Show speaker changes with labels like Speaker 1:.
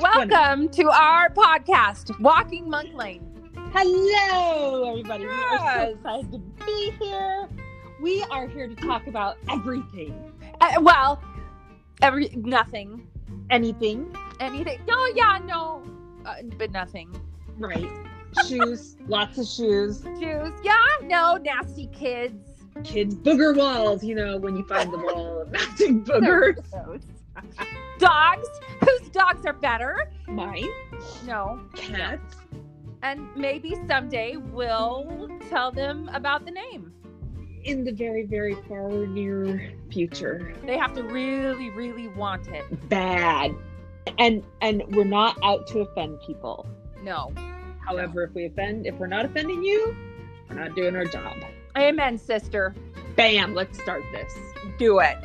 Speaker 1: Welcome to our podcast, Walking Monk Lane.
Speaker 2: Hello, everybody. We are
Speaker 1: Yes.
Speaker 2: so excited to be here. We are here to talk about everything,
Speaker 1: Uh, well, every nothing,
Speaker 2: anything,
Speaker 1: anything. No, yeah, no, uh, but nothing.
Speaker 2: right? shoes, lots of shoes,
Speaker 1: Shoes, yeah, no, nasty kids.
Speaker 2: kids, booger walls. You know when you find the wall of matching boogers.
Speaker 1: Gross. Dogs, whose dogs are better?
Speaker 2: Mine,
Speaker 1: No,
Speaker 2: cats.
Speaker 1: and maybe someday we'll tell them about the name.
Speaker 2: In the very, very far near future,
Speaker 1: They have to really, really want it.
Speaker 2: bad. And and we're not out to offend people.
Speaker 1: No,
Speaker 2: However, if we offend, if we're not offending you, we're not doing our job.
Speaker 1: amen, sister.
Speaker 2: Bam, let's start this.
Speaker 1: Do it.